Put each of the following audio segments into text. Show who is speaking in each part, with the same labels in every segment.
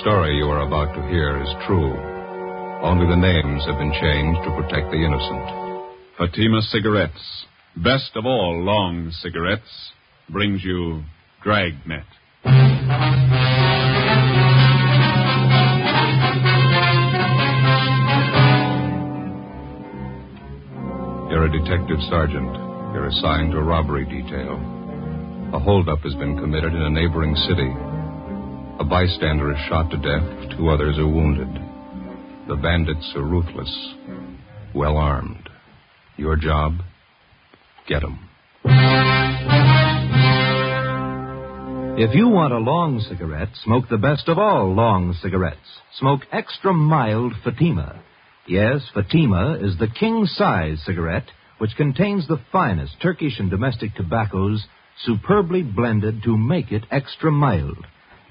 Speaker 1: story you are about to hear is true. Only the names have been changed to protect the innocent.
Speaker 2: Fatima Cigarettes, best of all long cigarettes, brings you Dragnet.
Speaker 1: You're a detective sergeant. You're assigned to a robbery detail. A holdup has been committed in a neighboring city. A bystander is shot to death. Two others are wounded. The bandits are ruthless, well armed. Your job? Get 'em.
Speaker 3: If you want a long cigarette, smoke the best of all long cigarettes. Smoke extra mild Fatima. Yes, Fatima is the king size cigarette which contains the finest Turkish and domestic tobaccos superbly blended to make it extra mild.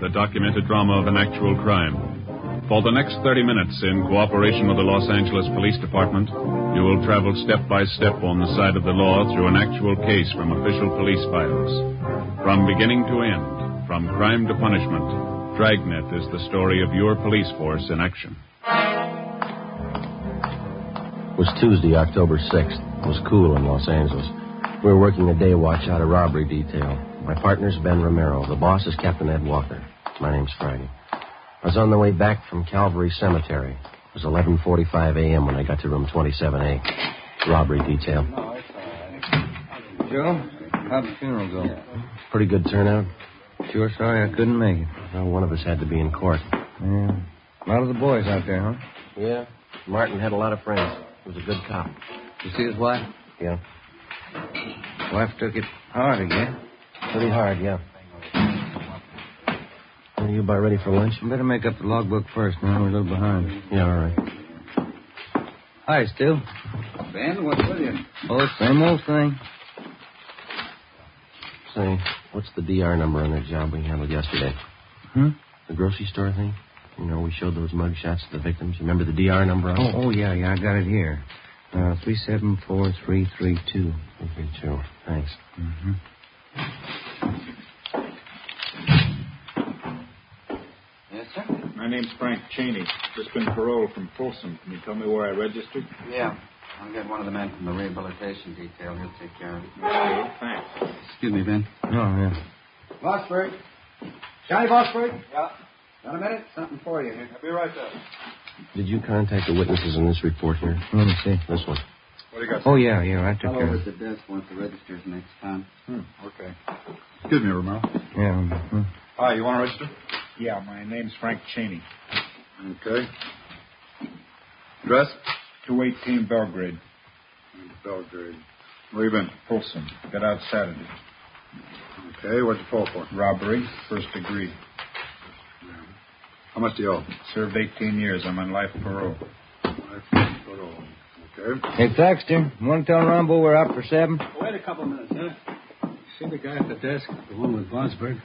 Speaker 2: the documented drama of an actual crime. For the next 30 minutes, in cooperation with the Los Angeles Police Department, you will travel step by step on the side of the law through an actual case from official police files. From beginning to end, from crime to punishment, Dragnet is the story of your police force in action.
Speaker 4: It was Tuesday, October 6th. It was cool in Los Angeles. We were working a day watch out of robbery detail. My partner's Ben Romero. The boss is Captain Ed Walker. My name's Friday. I was on the way back from Calvary Cemetery. It was 11.45 a.m. when I got to room 27A. Robbery detail.
Speaker 5: Joe, how'd the funeral go?
Speaker 4: Pretty good turnout.
Speaker 5: Sure sorry I couldn't make it.
Speaker 4: Well, one of us had to be in court.
Speaker 5: Yeah. A lot of the boys out there, huh?
Speaker 4: Yeah. Martin had a lot of friends. He was a good cop.
Speaker 5: You see his wife?
Speaker 4: Yeah.
Speaker 5: Wife took it hard again.
Speaker 4: Pretty hard, yeah. Are you about ready for lunch?
Speaker 5: You better make up the logbook first, man. We're a little behind.
Speaker 4: Yeah, all right.
Speaker 5: Hi, Stu.
Speaker 6: Ben, what's with you?
Speaker 5: Oh, same old thing.
Speaker 4: Say, what's the DR number on that job we handled yesterday?
Speaker 5: Hmm?
Speaker 4: The grocery store thing? You know, we showed those mug shots to the victims. You remember the DR number on
Speaker 5: Oh,
Speaker 4: it?
Speaker 5: oh yeah, yeah, I got it here. Uh, 374332.
Speaker 4: Okay, too. Thanks.
Speaker 6: Yes, sir?
Speaker 7: My name's Frank Cheney. Just been paroled from Folsom. Can you tell me where I registered?
Speaker 6: Yeah. I'll get one of the men from the rehabilitation detail. He'll take care of it.
Speaker 7: Okay, thanks.
Speaker 6: Excuse me, Ben.
Speaker 5: Oh, yeah.
Speaker 6: Vosberg. Johnny Vosberg? Yeah. Got a minute? Something for you here. I'll be right there.
Speaker 4: Did you contact the witnesses in this report here?
Speaker 5: Let me see.
Speaker 4: This one.
Speaker 7: What do you got?
Speaker 5: Oh, yeah, yeah, I took
Speaker 6: I'll
Speaker 5: care
Speaker 6: over
Speaker 5: of
Speaker 6: at
Speaker 5: it.
Speaker 6: the desk once the register's next time.
Speaker 7: Hmm, okay. Excuse me, Romero.
Speaker 5: Yeah. mhm.
Speaker 7: Hi, you want to register? Yeah, my name's Frank Cheney. Okay. Address? 218 Belgrade. Belgrade. Where you been? Folsom. Got out Saturday. Okay, what'd you fall for? Robbery, first degree. How much do you owe? Served 18 years. I'm on life parole. Life parole. Okay.
Speaker 5: Hey, Claxton, want to tell Rambo we're out for seven?
Speaker 6: Wait a couple minutes, huh? See the guy at the desk? The one with Vosberg?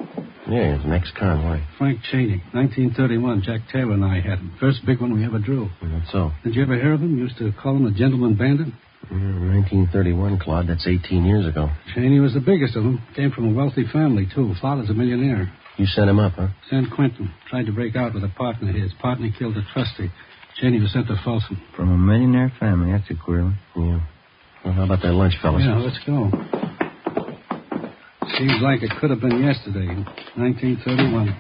Speaker 4: Yeah, it's an ex-con. Why?
Speaker 6: Frank Cheney, 1931. Jack Taylor and I had him. First big one we ever drew.
Speaker 4: That's so.
Speaker 6: Did you ever hear of him? Used to call him a gentleman bandit.
Speaker 4: Yeah, 1931, Claude. That's 18 years ago.
Speaker 6: Cheney was the biggest of them. Came from a wealthy family, too. Father's a millionaire.
Speaker 4: You sent him up, huh?
Speaker 6: San Quentin tried to break out with a partner of his. Partner killed a trustee. Cheney was sent to Folsom.
Speaker 5: From a millionaire family. That's a queer one.
Speaker 4: Yeah. Well, how about that lunch, fellas?
Speaker 6: Yeah, let's go. Seems like it could have been yesterday, 1931.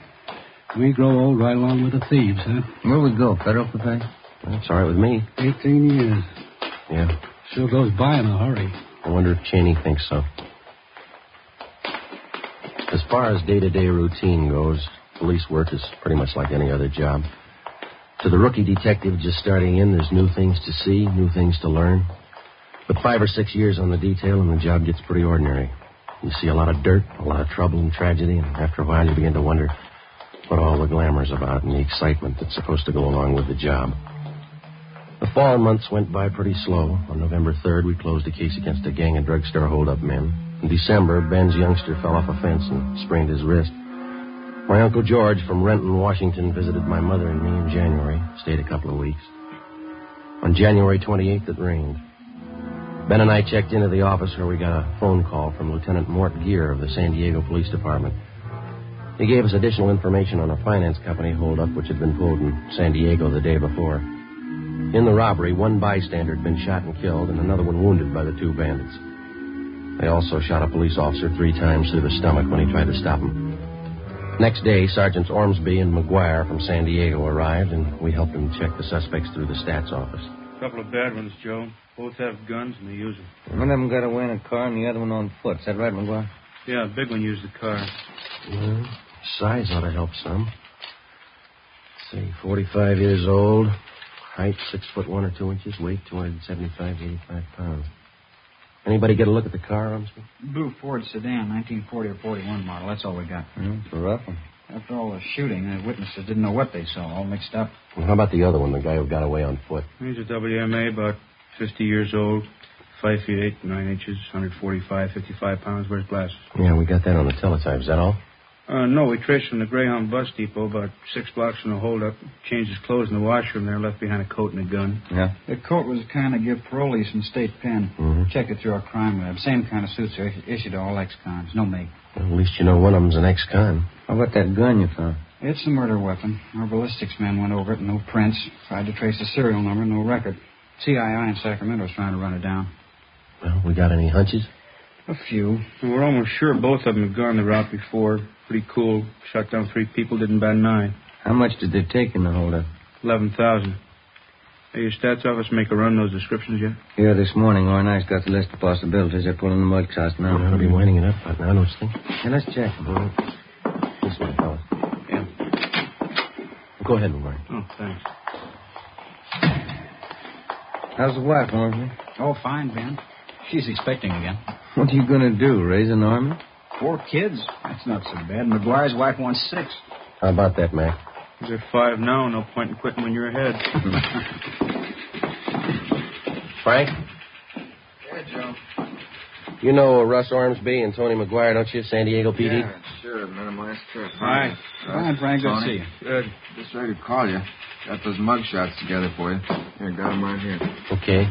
Speaker 6: We grow old right along with the thieves, huh?
Speaker 5: Where we go? Federal Cafe?
Speaker 4: That's all right with me.
Speaker 6: 18 years.
Speaker 4: Yeah.
Speaker 6: Sure goes by in a hurry.
Speaker 4: I wonder if Cheney thinks so. As far as day to day routine goes, police work is pretty much like any other job. To the rookie detective just starting in, there's new things to see, new things to learn. But five or six years on the detail, and the job gets pretty ordinary. You see a lot of dirt, a lot of trouble and tragedy, and after a while you begin to wonder what all the glamour's about and the excitement that's supposed to go along with the job. The fall months went by pretty slow. On November 3rd, we closed a case against a gang of drugstore holdup men. In December, Ben's youngster fell off a fence and sprained his wrist. My Uncle George from Renton, Washington, visited my mother and me in January, stayed a couple of weeks. On January 28th, it rained. Ben and I checked into the office where we got a phone call from Lieutenant Mort Gear of the San Diego Police Department. He gave us additional information on a finance company holdup which had been pulled in San Diego the day before. In the robbery, one bystander had been shot and killed, and another one wounded by the two bandits. They also shot a police officer three times through the stomach when he tried to stop him. Next day, Sergeants Ormsby and McGuire from San Diego arrived, and we helped them check the suspects through the stats office.
Speaker 8: A couple of bad ones, Joe. Both have guns and they use them.
Speaker 5: One of them got away in a car and the other one on foot. Is that right, McGuire?
Speaker 8: Yeah, the big one used the car.
Speaker 4: Well, size ought to help some. Let's see, 45 years old, height 6 foot 1 or 2 inches, weight 275, 85 pounds. Anybody get a look at the car, Armstrong?
Speaker 6: Blue Ford sedan, 1940 or 41 model. That's all we got.
Speaker 5: Mm, It's a rough one.
Speaker 6: After all the shooting, the witnesses didn't know what they saw, all mixed up.
Speaker 4: Well, how about the other one, the guy who got away on foot?
Speaker 8: He's a WMA, about 50 years old, 5 feet 8, 9 inches, 145, 55 pounds, wears glasses.
Speaker 4: Yeah, we got that on the teletype. Is that all?
Speaker 8: Uh, no, we traced from the Greyhound bus depot about six blocks from the holdup. Changed his clothes in the washroom there, left behind a coat and a gun.
Speaker 4: Yeah.
Speaker 6: The coat was the kind of give parolees from state pen.
Speaker 5: Mm-hmm.
Speaker 4: Mhm.
Speaker 6: Checked it through our crime lab. Same kind of suits are issu- issued to all ex-cons. No make.
Speaker 4: Well, at least you know one of them's an ex-con.
Speaker 5: How about that gun you found?
Speaker 6: It's a murder weapon. Our ballistics man went over it, no prints. Tried to trace the serial number, no record. CII in Sacramento was trying to run it down.
Speaker 4: Well, we got any hunches?
Speaker 6: A few.
Speaker 8: And we're almost sure both of them had gone the route before. Pretty cool. Shot down three people, didn't bat an eye.
Speaker 5: How much did they take in the holdup?
Speaker 8: 11,000. Hey, your stats office make a run those descriptions yet?
Speaker 5: Here this morning, Ornice got the list of possibilities. They're pulling the mud shots now.
Speaker 4: Well, I'll be winding it up right now, don't you think?
Speaker 5: Yeah, let's check.
Speaker 4: This way, fella.
Speaker 8: Yeah.
Speaker 4: Go ahead, McGuire.
Speaker 8: Oh, thanks.
Speaker 5: How's the wife, Ormsby?
Speaker 6: Oh, fine, Ben. She's expecting again.
Speaker 5: What are you going to do, raise an army?
Speaker 6: Four kids? That's not so bad. McGuire's wife wants six.
Speaker 4: How about that, Mac?
Speaker 8: There's five now, no point in quitting when you're ahead.
Speaker 4: Frank?
Speaker 9: Yeah, Joe.
Speaker 4: You know uh, Russ Ormsby and Tony McGuire, don't you, San Diego PD?
Speaker 9: Yeah, sure. Men of my trip.
Speaker 8: Hi.
Speaker 6: Fine, Frank. Good to see
Speaker 9: Tony.
Speaker 6: you.
Speaker 8: Good.
Speaker 9: Just ready to call you. Got those mug shots together for you. Here, got 'em right here.
Speaker 4: Okay.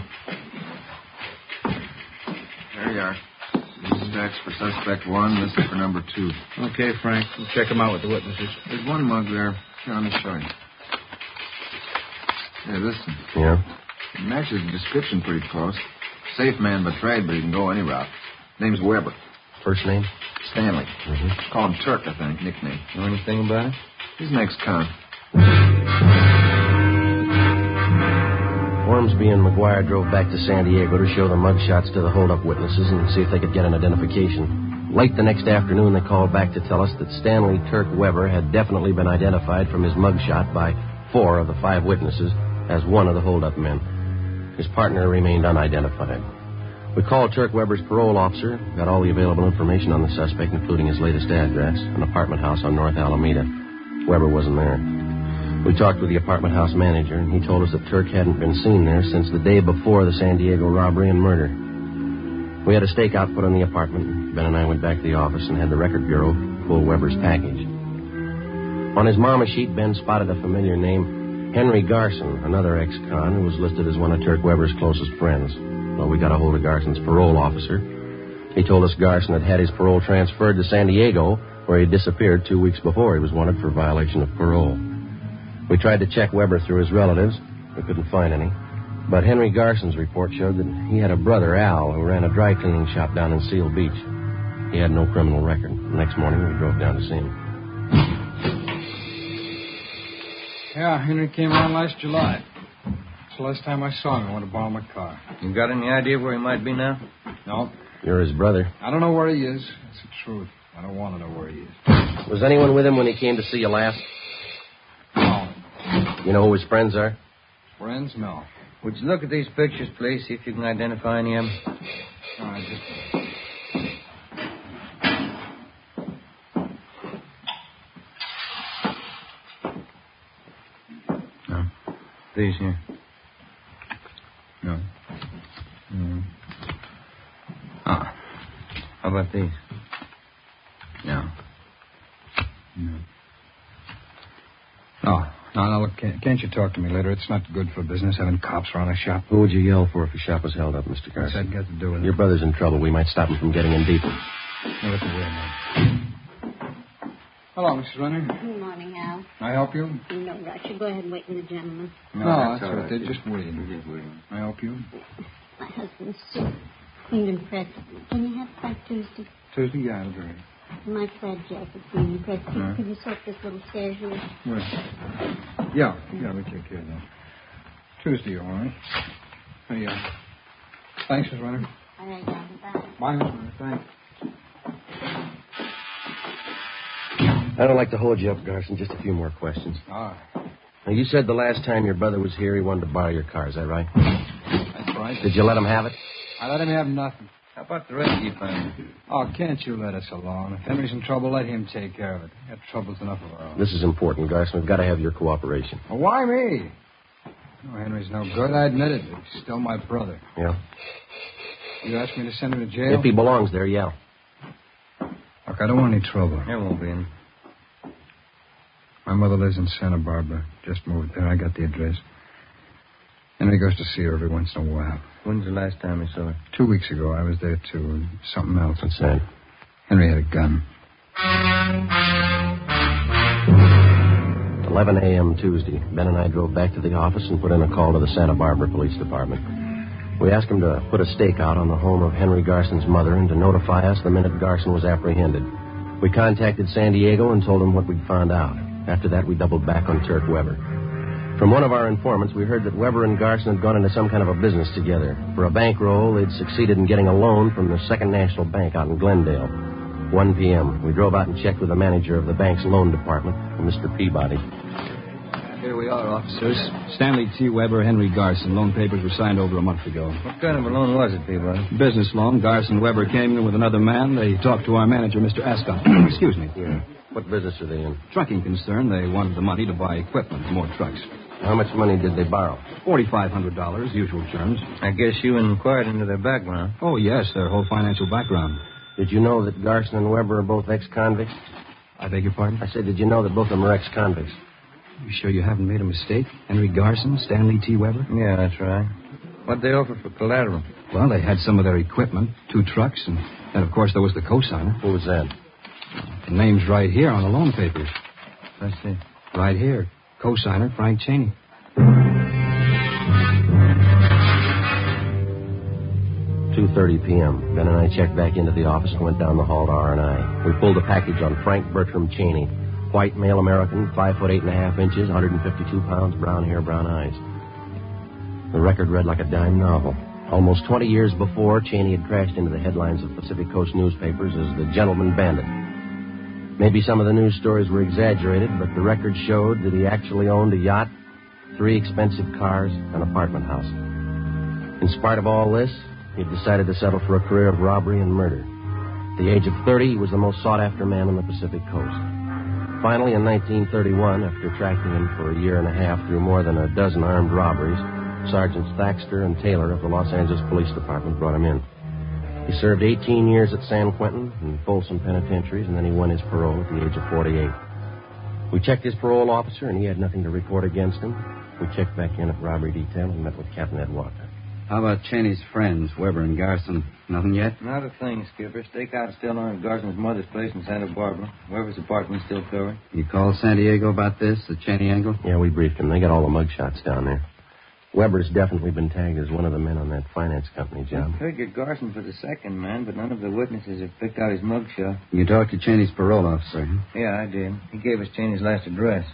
Speaker 9: There you are. This is X for suspect one. This is for number two.
Speaker 8: Okay, Frank. We'll check them out with the witnesses.
Speaker 9: There's one mug there. Here, let me show you. Here, this one.
Speaker 4: Yeah.
Speaker 9: It matches the description pretty close. Safe man by trade, but he can go any route. Name's Weber.
Speaker 4: First name?
Speaker 9: Stanley.
Speaker 4: Mm-hmm.
Speaker 9: Call him Turk, I think, nickname.
Speaker 5: Know anything about it?
Speaker 9: He's next con.
Speaker 4: Ormsby and McGuire drove back to San Diego to show the mugshots to the holdup witnesses and see if they could get an identification. Late the next afternoon, they called back to tell us that Stanley Turk Weber had definitely been identified from his mugshot by four of the five witnesses as one of the holdup men. His partner remained unidentified. We called Turk Weber's parole officer, got all the available information on the suspect, including his latest address, an apartment house on North Alameda. Weber wasn't there. We talked with the apartment house manager, and he told us that Turk hadn't been seen there since the day before the San Diego robbery and murder. We had a stakeout put on the apartment. Ben and I went back to the office and had the record bureau pull Weber's package. On his mama sheet, Ben spotted a familiar name, Henry Garson, another ex-con who was listed as one of Turk Weber's closest friends. Well, we got a hold of Garson's parole officer. He told us Garson had had his parole transferred to San Diego, where he disappeared two weeks before he was wanted for violation of parole. We tried to check Weber through his relatives. We couldn't find any. But Henry Garson's report showed that he had a brother, Al, who ran a dry cleaning shop down in Seal Beach. He had no criminal record. The next morning, we drove down to see him.
Speaker 9: Yeah, Henry came around last July. It's the last time I saw him. I went to borrow my car.
Speaker 5: You got any idea where he might be now?
Speaker 9: No,
Speaker 4: You're his brother.
Speaker 9: I don't know where he is. That's the truth. I don't want to know where he is.
Speaker 4: Was anyone with him when he came to see you last?
Speaker 9: No.
Speaker 4: You know who his friends are?
Speaker 9: Friends? No.
Speaker 5: Would you look at these pictures, please, see if you can identify any of them?
Speaker 9: All right, just...
Speaker 6: these here.
Speaker 10: No.
Speaker 6: Mm. Ah. How about these? No.
Speaker 10: No.
Speaker 9: No, no, no. Look, can't, can't you talk to me later? It's not good for business having cops around a shop.
Speaker 4: Who would you yell for if a shop was held up, Mr.
Speaker 9: What's
Speaker 4: Carson?
Speaker 9: that got to do with it?
Speaker 4: Your brother's in trouble. We might stop him from getting in deeper.
Speaker 9: Now, look away, man.
Speaker 10: Hello, Mrs. Renner.
Speaker 11: Good morning, Al.
Speaker 10: Can I help you?
Speaker 11: No, Roger, go ahead and wait for the gentleman.
Speaker 10: that's, all right. They're just waiting. Can I help you?
Speaker 11: My husband's soup, cleaned and pressed. Can you have that Tuesday?
Speaker 10: Tuesday, yeah, it'll be ready.
Speaker 11: My plaid jacket cleaned and pressed. Could,
Speaker 10: Huh?
Speaker 11: could you sort this little casual?
Speaker 10: Well, Yeah, yeah, we take care of that. Tuesday, all right? Hey, uh, thanks, Mrs. Renner.
Speaker 11: All right, Al, bye.
Speaker 10: Bye, Mrs. Renner. Thanks.
Speaker 4: I don't like to hold you up, Garson. Just a few more questions.
Speaker 10: All right.
Speaker 4: Now, you said the last time your brother was here, he wanted to borrow your car. Is that right?
Speaker 3: That's right.
Speaker 4: Did you let him have it?
Speaker 3: I let him have nothing.
Speaker 6: How about the rest of you, family?
Speaker 3: Oh, can't you let us alone? If Henry's in trouble, let him take care of it. We got troubles enough of our own.
Speaker 4: This is important, Garson. We've got to have your cooperation.
Speaker 3: Well, why me? No, Henry's no good. I admit it. but He's still my brother.
Speaker 4: Yeah.
Speaker 3: You asked me to send him to jail?
Speaker 4: If he belongs there, yeah.
Speaker 3: Look, I don't want any trouble.
Speaker 6: There won't be any.
Speaker 3: My mother lives in Santa Barbara. Just moved there. I got the address. Henry goes to see her every once in a while.
Speaker 6: When's the last time you saw her?
Speaker 3: Two weeks ago, I was there too. and Something else.
Speaker 4: What's that?
Speaker 3: Henry had a gun.
Speaker 4: 11 a.m. Tuesday, Ben and I drove back to the office and put in a call to the Santa Barbara Police Department. We asked them to put a stake out on the home of Henry Garson's mother and to notify us the minute Garson was apprehended. We contacted San Diego and told them what we'd found out. After that, we doubled back on Turk Weber. From one of our informants, we heard that Weber and Garson had gone into some kind of a business together. For a bankroll, they'd succeeded in getting a loan from the Second National Bank out in Glendale. 1 p.m., we drove out and checked with the manager of the bank's loan department, Mr. Peabody.
Speaker 6: Here we are, officers.
Speaker 9: Stanley T. Weber, Henry Garson. Loan papers were signed over a month ago.
Speaker 6: What kind of a loan was it, Peabody?
Speaker 9: Business loan. Garson Weber came in with another man. They talked to our manager, Mr. Ascot. Excuse me.
Speaker 4: Yeah. What business are they in?
Speaker 9: Trucking concern. They wanted the money to buy equipment, for more trucks.
Speaker 4: How much money did they borrow?
Speaker 9: $4,500, usual terms.
Speaker 6: I guess you inquired into their background.
Speaker 9: Oh, yes, their whole financial background.
Speaker 4: Did you know that Garson and Weber are both ex-convicts?
Speaker 9: I beg your pardon?
Speaker 4: I said, did you know that both of them are ex-convicts?
Speaker 9: You sure you haven't made a mistake? Henry Garson, Stanley T. Weber?
Speaker 6: Yeah, that's right. What'd they offer for collateral?
Speaker 9: Well, they had some of their equipment, two trucks, and then, of course, there was the cosigner.
Speaker 4: Who was that?
Speaker 9: The name's right here on the loan papers.
Speaker 6: I see.
Speaker 9: Right here. Cosigner, Frank Cheney.
Speaker 4: Two thirty p.m. Ben and I checked back into the office and went down the hall to R and I. We pulled a package on Frank Bertram Cheney, white male American, five foot eight and a half inches, 152 pounds, brown hair, brown eyes. The record read like a dime novel. Almost 20 years before, Cheney had crashed into the headlines of Pacific Coast newspapers as the gentleman bandit. Maybe some of the news stories were exaggerated, but the record showed that he actually owned a yacht, three expensive cars, an apartment house. In spite of all this, he had decided to settle for a career of robbery and murder. At the age of 30, he was the most sought after man on the Pacific coast. Finally, in 1931, after tracking him for a year and a half through more than a dozen armed robberies, Sergeants Thaxter and Taylor of the Los Angeles Police Department brought him in. He served 18 years at San Quentin and Folsom penitentiaries, and then he won his parole at the age of 48. We checked his parole officer, and he had nothing to report against him. We checked back in at robbery detail and met with Captain Ed Walker.
Speaker 9: How about Cheney's friends, Weber and Garson? Nothing yet?
Speaker 6: Not a thing, Skipper. Stakeout's still on at Garson's mother's place in Santa Barbara. Weber's apartment's still covered.
Speaker 9: You called San Diego about this, the Cheney angle?
Speaker 4: Yeah, we briefed him. They got all the mugshots down there. Weber's definitely been tagged as one of the men on that finance company job.
Speaker 6: I figured Garson for the second man, but none of the witnesses have picked out his mugshot.
Speaker 9: You talked to Cheney's parole officer. huh?
Speaker 6: Yeah, I did. He gave us Cheney's last address.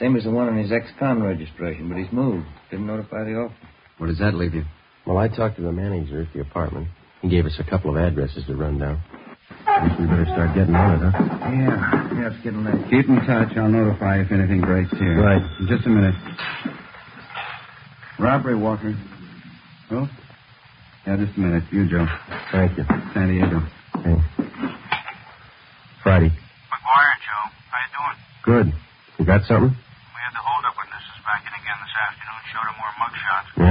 Speaker 6: Same as the one on his ex-con registration, but he's moved. Didn't notify the office.
Speaker 9: Where does that leave you?
Speaker 4: Well, I talked to the manager at the apartment. He gave us a couple of addresses to run down. Guess we better start getting on it, huh?
Speaker 6: Yeah, yeah, it's getting late.
Speaker 9: Keep in touch. I'll notify if anything breaks here.
Speaker 4: Right.
Speaker 9: In just a minute.
Speaker 6: Robbery, Walker.
Speaker 9: Oh? Yeah, just a minute. You, Joe.
Speaker 4: Thank you.
Speaker 9: San Diego.
Speaker 4: Hey. Friday.
Speaker 12: McGuire, Joe. How you doing?
Speaker 4: Good. You got something?
Speaker 12: We had the holdup witnesses back in again this afternoon. Showed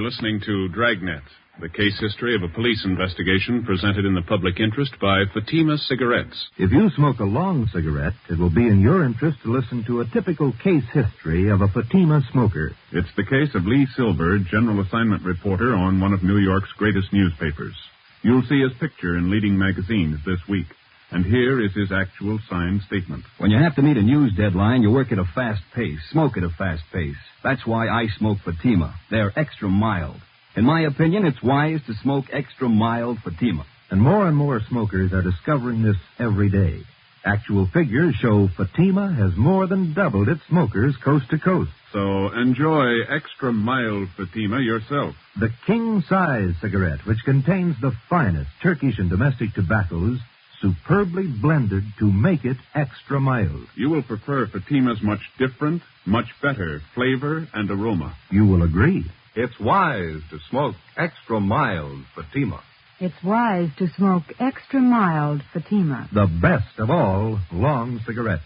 Speaker 2: listening to Dragnet, the case history of a police investigation presented in the public interest by Fatima Cigarettes.
Speaker 3: If you smoke a long cigarette, it will be in your interest to listen to a typical case history of a Fatima smoker.
Speaker 2: It's the case of Lee Silver, general assignment reporter on one of New York's greatest newspapers. You'll see his picture in leading magazines this week. And here is his actual signed statement.
Speaker 13: When you have to meet a news deadline, you work at a fast pace, smoke at a fast pace. That's why I smoke Fatima. They're extra mild. In my opinion, it's wise to smoke extra mild Fatima.
Speaker 3: And more and more smokers are discovering this every day. Actual figures show Fatima has more than doubled its smokers coast to coast.
Speaker 2: So enjoy extra mild Fatima yourself.
Speaker 3: The king size cigarette, which contains the finest Turkish and domestic tobaccos, superbly blended to make it extra mild.
Speaker 2: You will prefer Fatima's much different, much better flavor and aroma.
Speaker 3: You will agree.
Speaker 1: It's wise to smoke extra mild Fatima.
Speaker 14: It's wise to smoke extra mild Fatima.
Speaker 3: The best of all long cigarettes.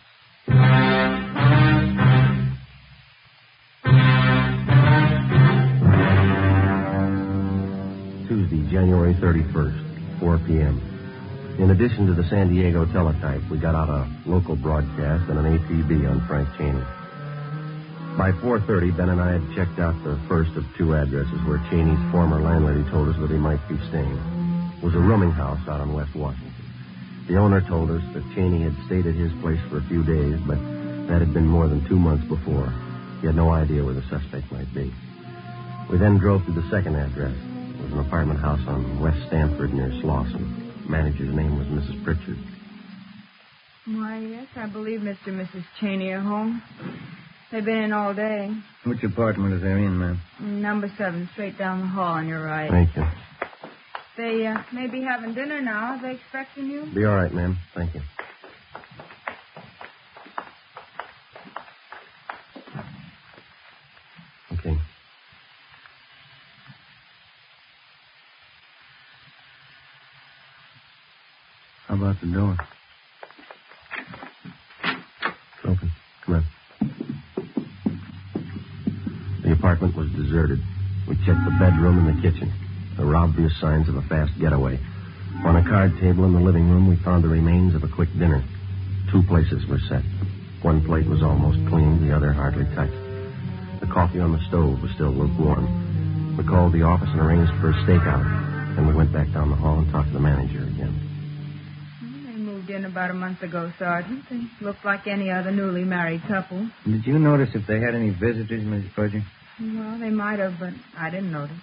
Speaker 4: Tuesday, January 31st, 4 p.m. In addition to the San Diego teletype, we got out a local broadcast and an APB on Frank Cheney. By 4.30, Ben and I had checked out the first of two addresses where Cheney's former landlady told us that he might be staying. It was a rooming house out on West Washington. The owner told us that Cheney had stayed at his place for a few days, but that had been more than two months before. He had no idea where the suspect might be. We then drove to the second address. It was an apartment house on West Stanford near Slauson. Manager's name was Mrs. Pritchard.
Speaker 11: Why, yes, I believe Mr. and Mrs. Cheney are home. They've been in all day.
Speaker 5: Which apartment is there in, ma'am?
Speaker 11: Number seven, straight down the hall on your right.
Speaker 4: Thank you.
Speaker 11: They uh, may be having dinner now. Are they expecting you?
Speaker 4: Be all right, ma'am. Thank you. Okay.
Speaker 5: How about the door?
Speaker 4: It's open. Come in. The apartment was deserted. We checked the bedroom and the kitchen. There were obvious signs of a fast getaway. On a card table in the living room, we found the remains of a quick dinner. Two places were set. One plate was almost clean, the other hardly touched. The coffee on the stove was still lukewarm. We called the office and arranged for a stakeout. Then we went back down the hall and talked to the manager again.
Speaker 11: They moved in about a month ago, Sergeant. They looked like any other newly married couple.
Speaker 5: Did you notice if they had any visitors, Mrs. Pritchard?
Speaker 11: Well, they might have, but I didn't notice.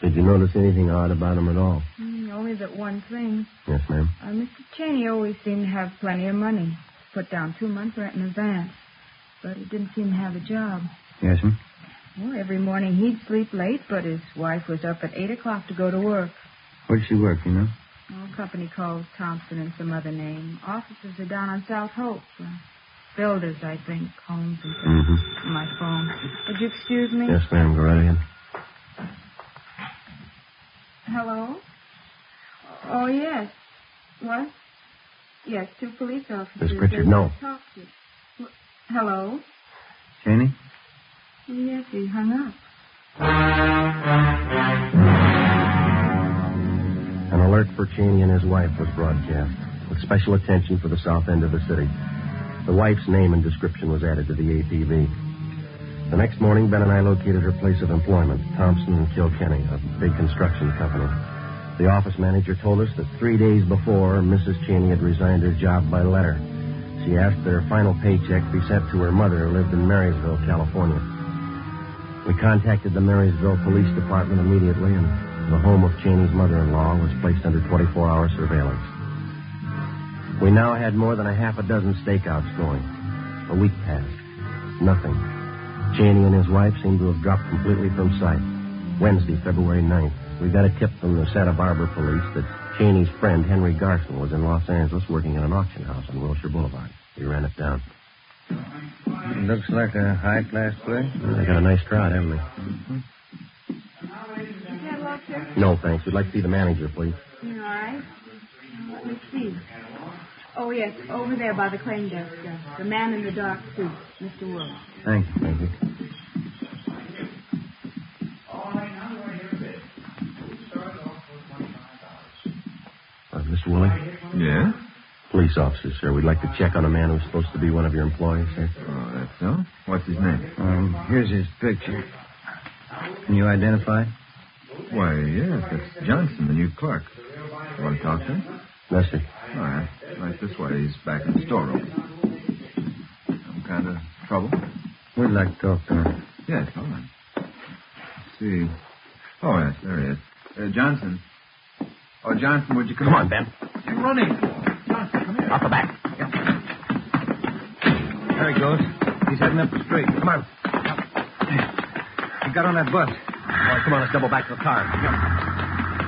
Speaker 4: Did you notice anything odd about him at all?
Speaker 11: Mm, Only that one thing.
Speaker 4: Yes, ma'am.
Speaker 11: Uh, Mr. Cheney always seemed to have plenty of money. Put down two months rent in advance. But he didn't seem to have a job.
Speaker 5: Yes, ma'am.
Speaker 11: Well, every morning he'd sleep late, but his wife was up at 8 o'clock to go to work.
Speaker 5: Where'd she work, you know?
Speaker 11: Oh, company calls Thompson and some other name. Offices are down on South Hope. Uh, builders, I think. Homes and stuff. My phone. Would you excuse me?
Speaker 4: Mm-hmm. Yes, ma'am. Go right ahead.
Speaker 11: Hello? Oh, yes. What? Yes, two police officers.
Speaker 4: Miss Pritchard,
Speaker 11: They
Speaker 4: no.
Speaker 11: want to talk to you. Wh- Hello?
Speaker 5: Cheney?
Speaker 11: Yes, he hung up.
Speaker 4: An alert for Cheney and his wife was broadcast, with special attention for the south end of the city. The wife's name and description was added to the APV. The next morning, Ben and I located her place of employment, Thompson and Kilkenny, a big construction company. The office manager told us that three days before, Mrs. Cheney had resigned her job by letter. She asked that her final paycheck be sent to her mother, who lived in Marysville, California. We contacted the Marysville Police Department immediately, and the home of Cheney's mother in law was placed under 24 hour surveillance. We now had more than a half a dozen stakeouts going. A week passed. Nothing. Cheney and his wife seemed to have dropped completely from sight. Wednesday, February 9th, we got a tip from the Santa Barbara police that Cheney's friend, Henry Garson, was in Los Angeles working in an auction house on Wilshire Boulevard. We ran it down.
Speaker 5: Looks like a high class place.
Speaker 4: They got a nice crowd, haven't they? No, thanks. We'd like to see the manager, please.
Speaker 11: You all right? Let me see. Oh, yes, over there by the claim desk. uh, the man in the dark suit, Mr. Wilkes.
Speaker 4: Thank you. Thank you. Mr. Woolley?
Speaker 2: Yeah?
Speaker 4: Uh, Police officer, sir. We'd like to check on a man who's supposed to be one of your employees, sir.
Speaker 2: Oh, that's so? What's his name?
Speaker 4: Um, here's his picture.
Speaker 15: Can you identify?
Speaker 2: Why, yes, that's Johnson, the new clerk. You want to talk to him?
Speaker 4: Yes, sir.
Speaker 2: All right. Right this way. He's back in the storeroom. Some kind of trouble?
Speaker 4: We'd like to talk to him.
Speaker 2: Yes, all right. Let's see. Oh, yes, there he is. Uh, Johnson. Oh, Johnson, would you come,
Speaker 4: Come on, Ben.
Speaker 2: You're running. Johnson, come here.
Speaker 4: Off the back.
Speaker 3: There he goes. He's heading up the street. Come on. He got on that bus.
Speaker 4: All right, come on, let's double back to the car.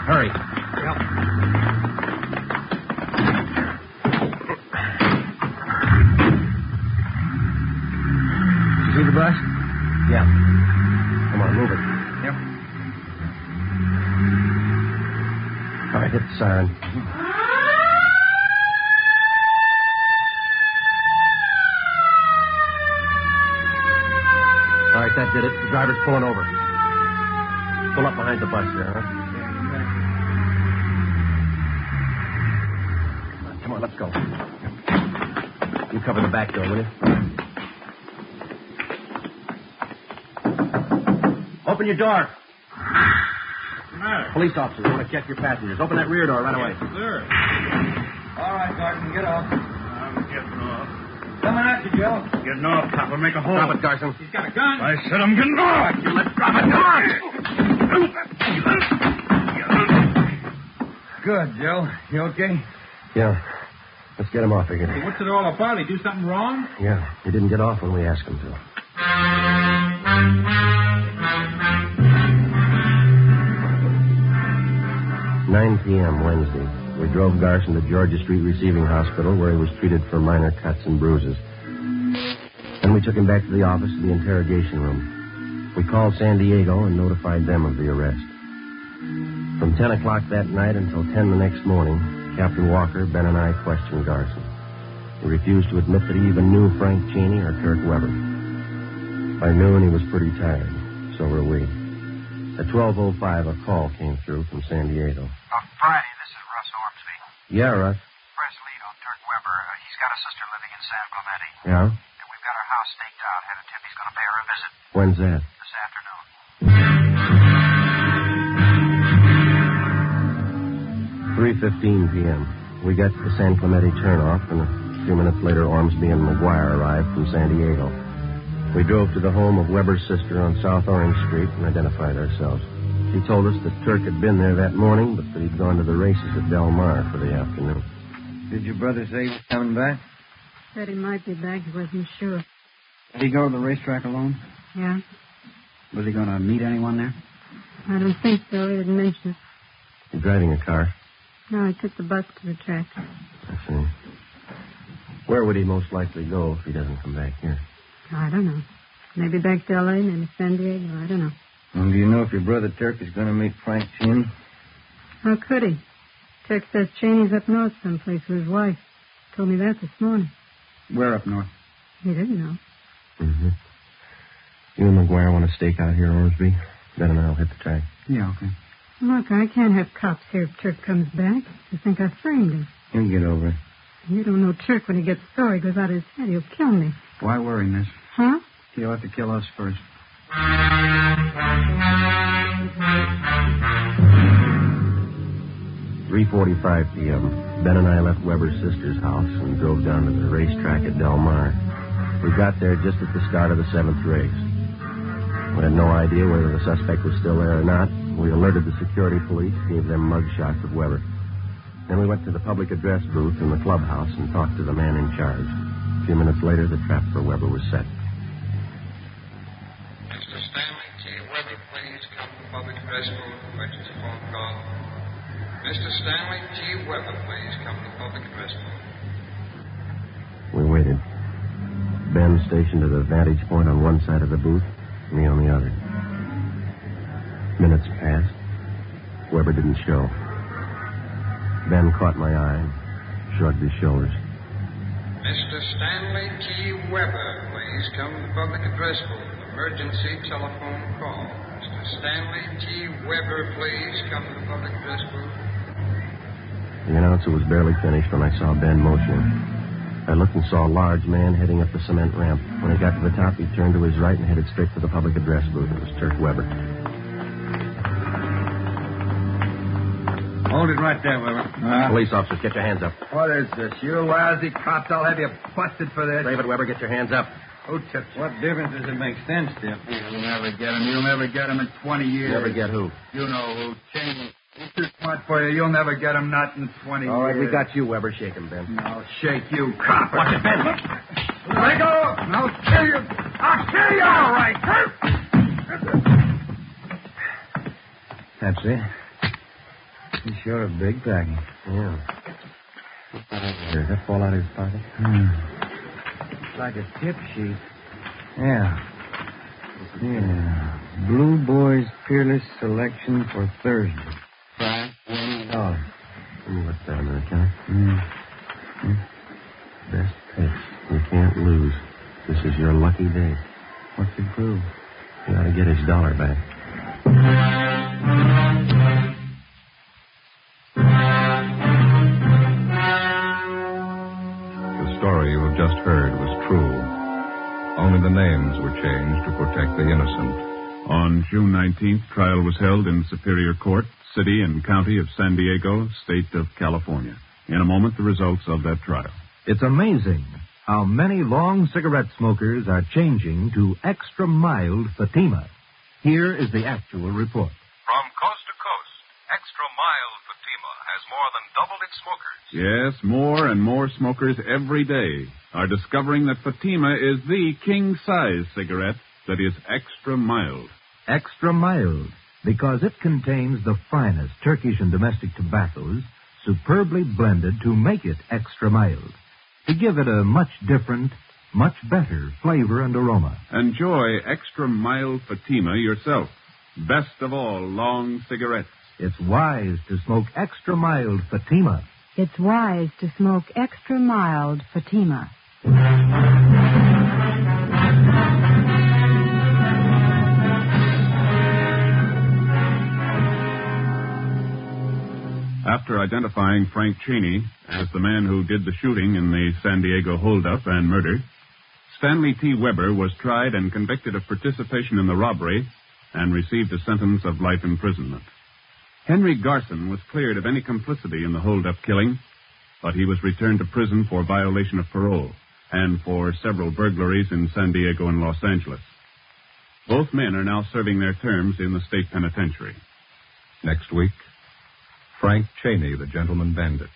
Speaker 4: Hurry.
Speaker 3: See the bus?
Speaker 4: Yeah. Come on, move it.
Speaker 3: Yep.
Speaker 4: All right, hit the siren. All right, that did it. The driver's pulling over. Pull up behind the bus there, huh? Come on, let's go. You cover the back door, will you? Open your door. Police officers, we want to check your passengers. Open that rear door right away.
Speaker 16: Sir.
Speaker 15: All right, Garson, get off.
Speaker 16: I'm getting off.
Speaker 15: Coming after you, Joe.
Speaker 16: Getting off, Papa. Make a hole.
Speaker 4: Drop it, Garson.
Speaker 15: He's got a gun.
Speaker 16: I said I'm getting off.
Speaker 4: You let's drop it. Come on.
Speaker 15: Good, Joe. You okay?
Speaker 4: Yeah. Let's get him off of here.
Speaker 15: what's it all about? He do something wrong?
Speaker 4: Yeah, he didn't get off when we asked him to. Nine p.m. Wednesday. We drove Garson to Georgia Street Receiving Hospital, where he was treated for minor cuts and bruises. Then we took him back to the office in the interrogation room. We called San Diego and notified them of the arrest. From 10 o'clock that night until 10 the next morning, Captain Walker, Ben, and I questioned Garson. He refused to admit that he even knew Frank Cheney or Kurt Weber. By noon, he was pretty tired. So were we. At 12.05, a call came through from San Diego.
Speaker 12: On Uh, Friday, this is Russ Ormsby.
Speaker 4: Yeah, Russ.
Speaker 12: Breslito, Dirk Weber. Uh, he's got a sister living in San Clemente.
Speaker 4: Yeah?
Speaker 12: And we've got her house staked out. Had a tip he's going to pay her a visit
Speaker 4: When's that?
Speaker 12: this afternoon.
Speaker 4: Three fifteen p.m. We got to the San Clemente turnoff, and a few minutes later, Ormsby and McGuire arrived from San Diego. We drove to the home of Weber's sister on South Orange Street and identified ourselves. She told us that Turk had been there that morning, but that he'd gone to the races at Del Mar for the afternoon.
Speaker 15: Did your brother say he was coming back?
Speaker 11: Said he might be back. He wasn't sure.
Speaker 6: Did he go to the racetrack alone?
Speaker 11: Yeah?
Speaker 6: Was he going to meet anyone there?
Speaker 11: I don't think so. He didn't mention it.
Speaker 4: You're driving a car.
Speaker 11: No, he took the bus to the track.
Speaker 4: I see. Where would he most likely go if he doesn't come back here?
Speaker 11: I don't know. Maybe back to L.A., maybe San Diego. I don't know.
Speaker 15: And do you know if your brother Turk is going to meet Frank Chin?
Speaker 11: How could he? Turk says Cheney's up north someplace with his wife. Told me that this morning.
Speaker 6: Where up north?
Speaker 11: He didn't know.
Speaker 4: Mm-hmm. You and McGuire want to stake out here, Ormsby? Ben and I'll hit the track.
Speaker 6: Yeah, okay.
Speaker 11: Look, I can't have cops here if Turk comes back. You think I framed him.
Speaker 15: He'll get over it.
Speaker 11: You don't know Turk when he gets sore. He goes out of his head. He'll kill me.
Speaker 6: Why worry, miss?
Speaker 11: Huh?
Speaker 6: He'll have to kill us first.
Speaker 4: Three forty-five p.m. Ben and I left Weber's sister's house and drove down to the racetrack at Del Mar. We got there just at the start of the seventh race. We had no idea whether the suspect was still there or not. We alerted the security police, gave them mug shots of Weber. Then we went to the public address booth in the clubhouse and talked to the man in charge. A few minutes later, the trap for Weber was set.
Speaker 9: Mr. Stanley T. Weber, please come to public address booth and make this phone call. Mr. Stanley T. Weber, please come to public address booth.
Speaker 4: We waited. Ben stationed at a vantage point on one side of the booth, me on the other. Minutes passed. Weber didn't show. Ben caught my eye, shrugged his shoulders.
Speaker 9: Mr. Stanley T. Weber, please come to public address booth. Emergency telephone call. Mr. Stanley T. Weber, please come to public address booth.
Speaker 4: The announcer was barely finished when I saw Ben motioning. I looked and saw a large man heading up the cement ramp. When he got to the top, he turned to his right and headed straight for the public address booth. It was Turk Weber.
Speaker 17: Hold it right there, Weber.
Speaker 4: Police officers, get your hands up.
Speaker 9: Uh, What is this? You lousy cops, I'll have you busted for this. Oh,
Speaker 4: David Weber, get your hands up.
Speaker 9: Who tips? What difference does it make sense, Dip? You'll never get him. You'll never get him in 20 years.
Speaker 4: Never get who?
Speaker 9: You know who. Cheney. He's too smart for you. You'll never get him, not in 20 years.
Speaker 4: All right, we got you, Weber. Shake him, Ben.
Speaker 9: I'll shake you, cop.
Speaker 4: Watch it, Ben.
Speaker 9: Let go! and I'll kill you. I'll kill you, all right, Kurt.
Speaker 6: That's it. He's sure a big package.
Speaker 4: Yeah. Here, did that fall out of his pocket?
Speaker 6: Like a tip sheet. Yeah. Yeah. Blue Boy's Peerless Selection for Thursday.
Speaker 4: Right.
Speaker 6: Oh,
Speaker 4: Let me look that a minute, can I?
Speaker 6: mm.
Speaker 4: Best pitch. You can't lose. This is your lucky day.
Speaker 6: what's it prove?
Speaker 4: You ought to get his dollar back.
Speaker 18: The story you have just heard was true. Only the names were changed to protect the innocent.
Speaker 2: On June 19th, trial was held in Superior Court, City and County of San Diego, State of California. In a moment, the results of that trial.
Speaker 3: It's amazing how many long cigarette smokers are changing to extra mild Fatima. Here is the actual report.
Speaker 19: From coast to coast, extra mild Fatima has more than doubled its smokers.
Speaker 2: Yes, more and more smokers every day are discovering that Fatima is the king size cigarette that is extra mild.
Speaker 3: Extra mild because it contains the finest Turkish and domestic tobaccos superbly blended to make it extra mild, to give it a much different, much better flavor and aroma.
Speaker 2: Enjoy extra mild Fatima yourself. Best of all, long cigarettes.
Speaker 3: It's wise to smoke extra mild Fatima.
Speaker 11: It's wise to smoke extra mild Fatima.
Speaker 2: After identifying Frank Cheney as the man who did the shooting in the San Diego holdup and murder, Stanley T. Weber was tried and convicted of participation in the robbery and received a sentence of life imprisonment. Henry Garson was cleared of any complicity in the holdup killing, but he was returned to prison for violation of parole and for several burglaries in San Diego and Los Angeles. Both men are now serving their terms in the state penitentiary.
Speaker 18: Next week, Frank Cheney, the gentleman bandit.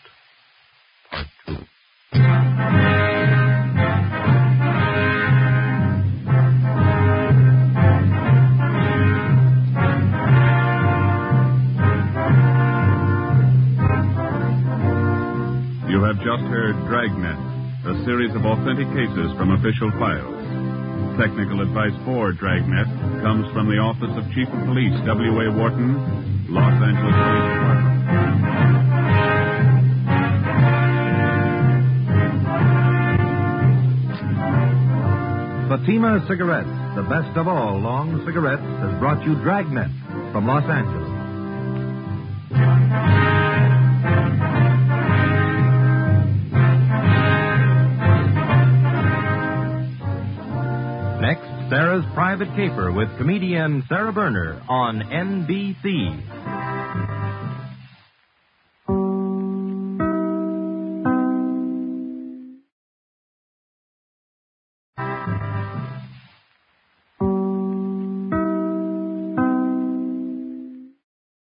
Speaker 18: Part two.
Speaker 2: You have just heard Dragnet, a series of authentic cases from official files. Technical advice for Dragnet comes from the Office of Chief of Police W.A. Wharton, Los Angeles Police Department.
Speaker 3: Fatima Cigarettes, the best of all long cigarettes, has brought you Dragnet from Los Angeles. Next, Sarah's Private Caper with comedian Sarah Berner on NBC.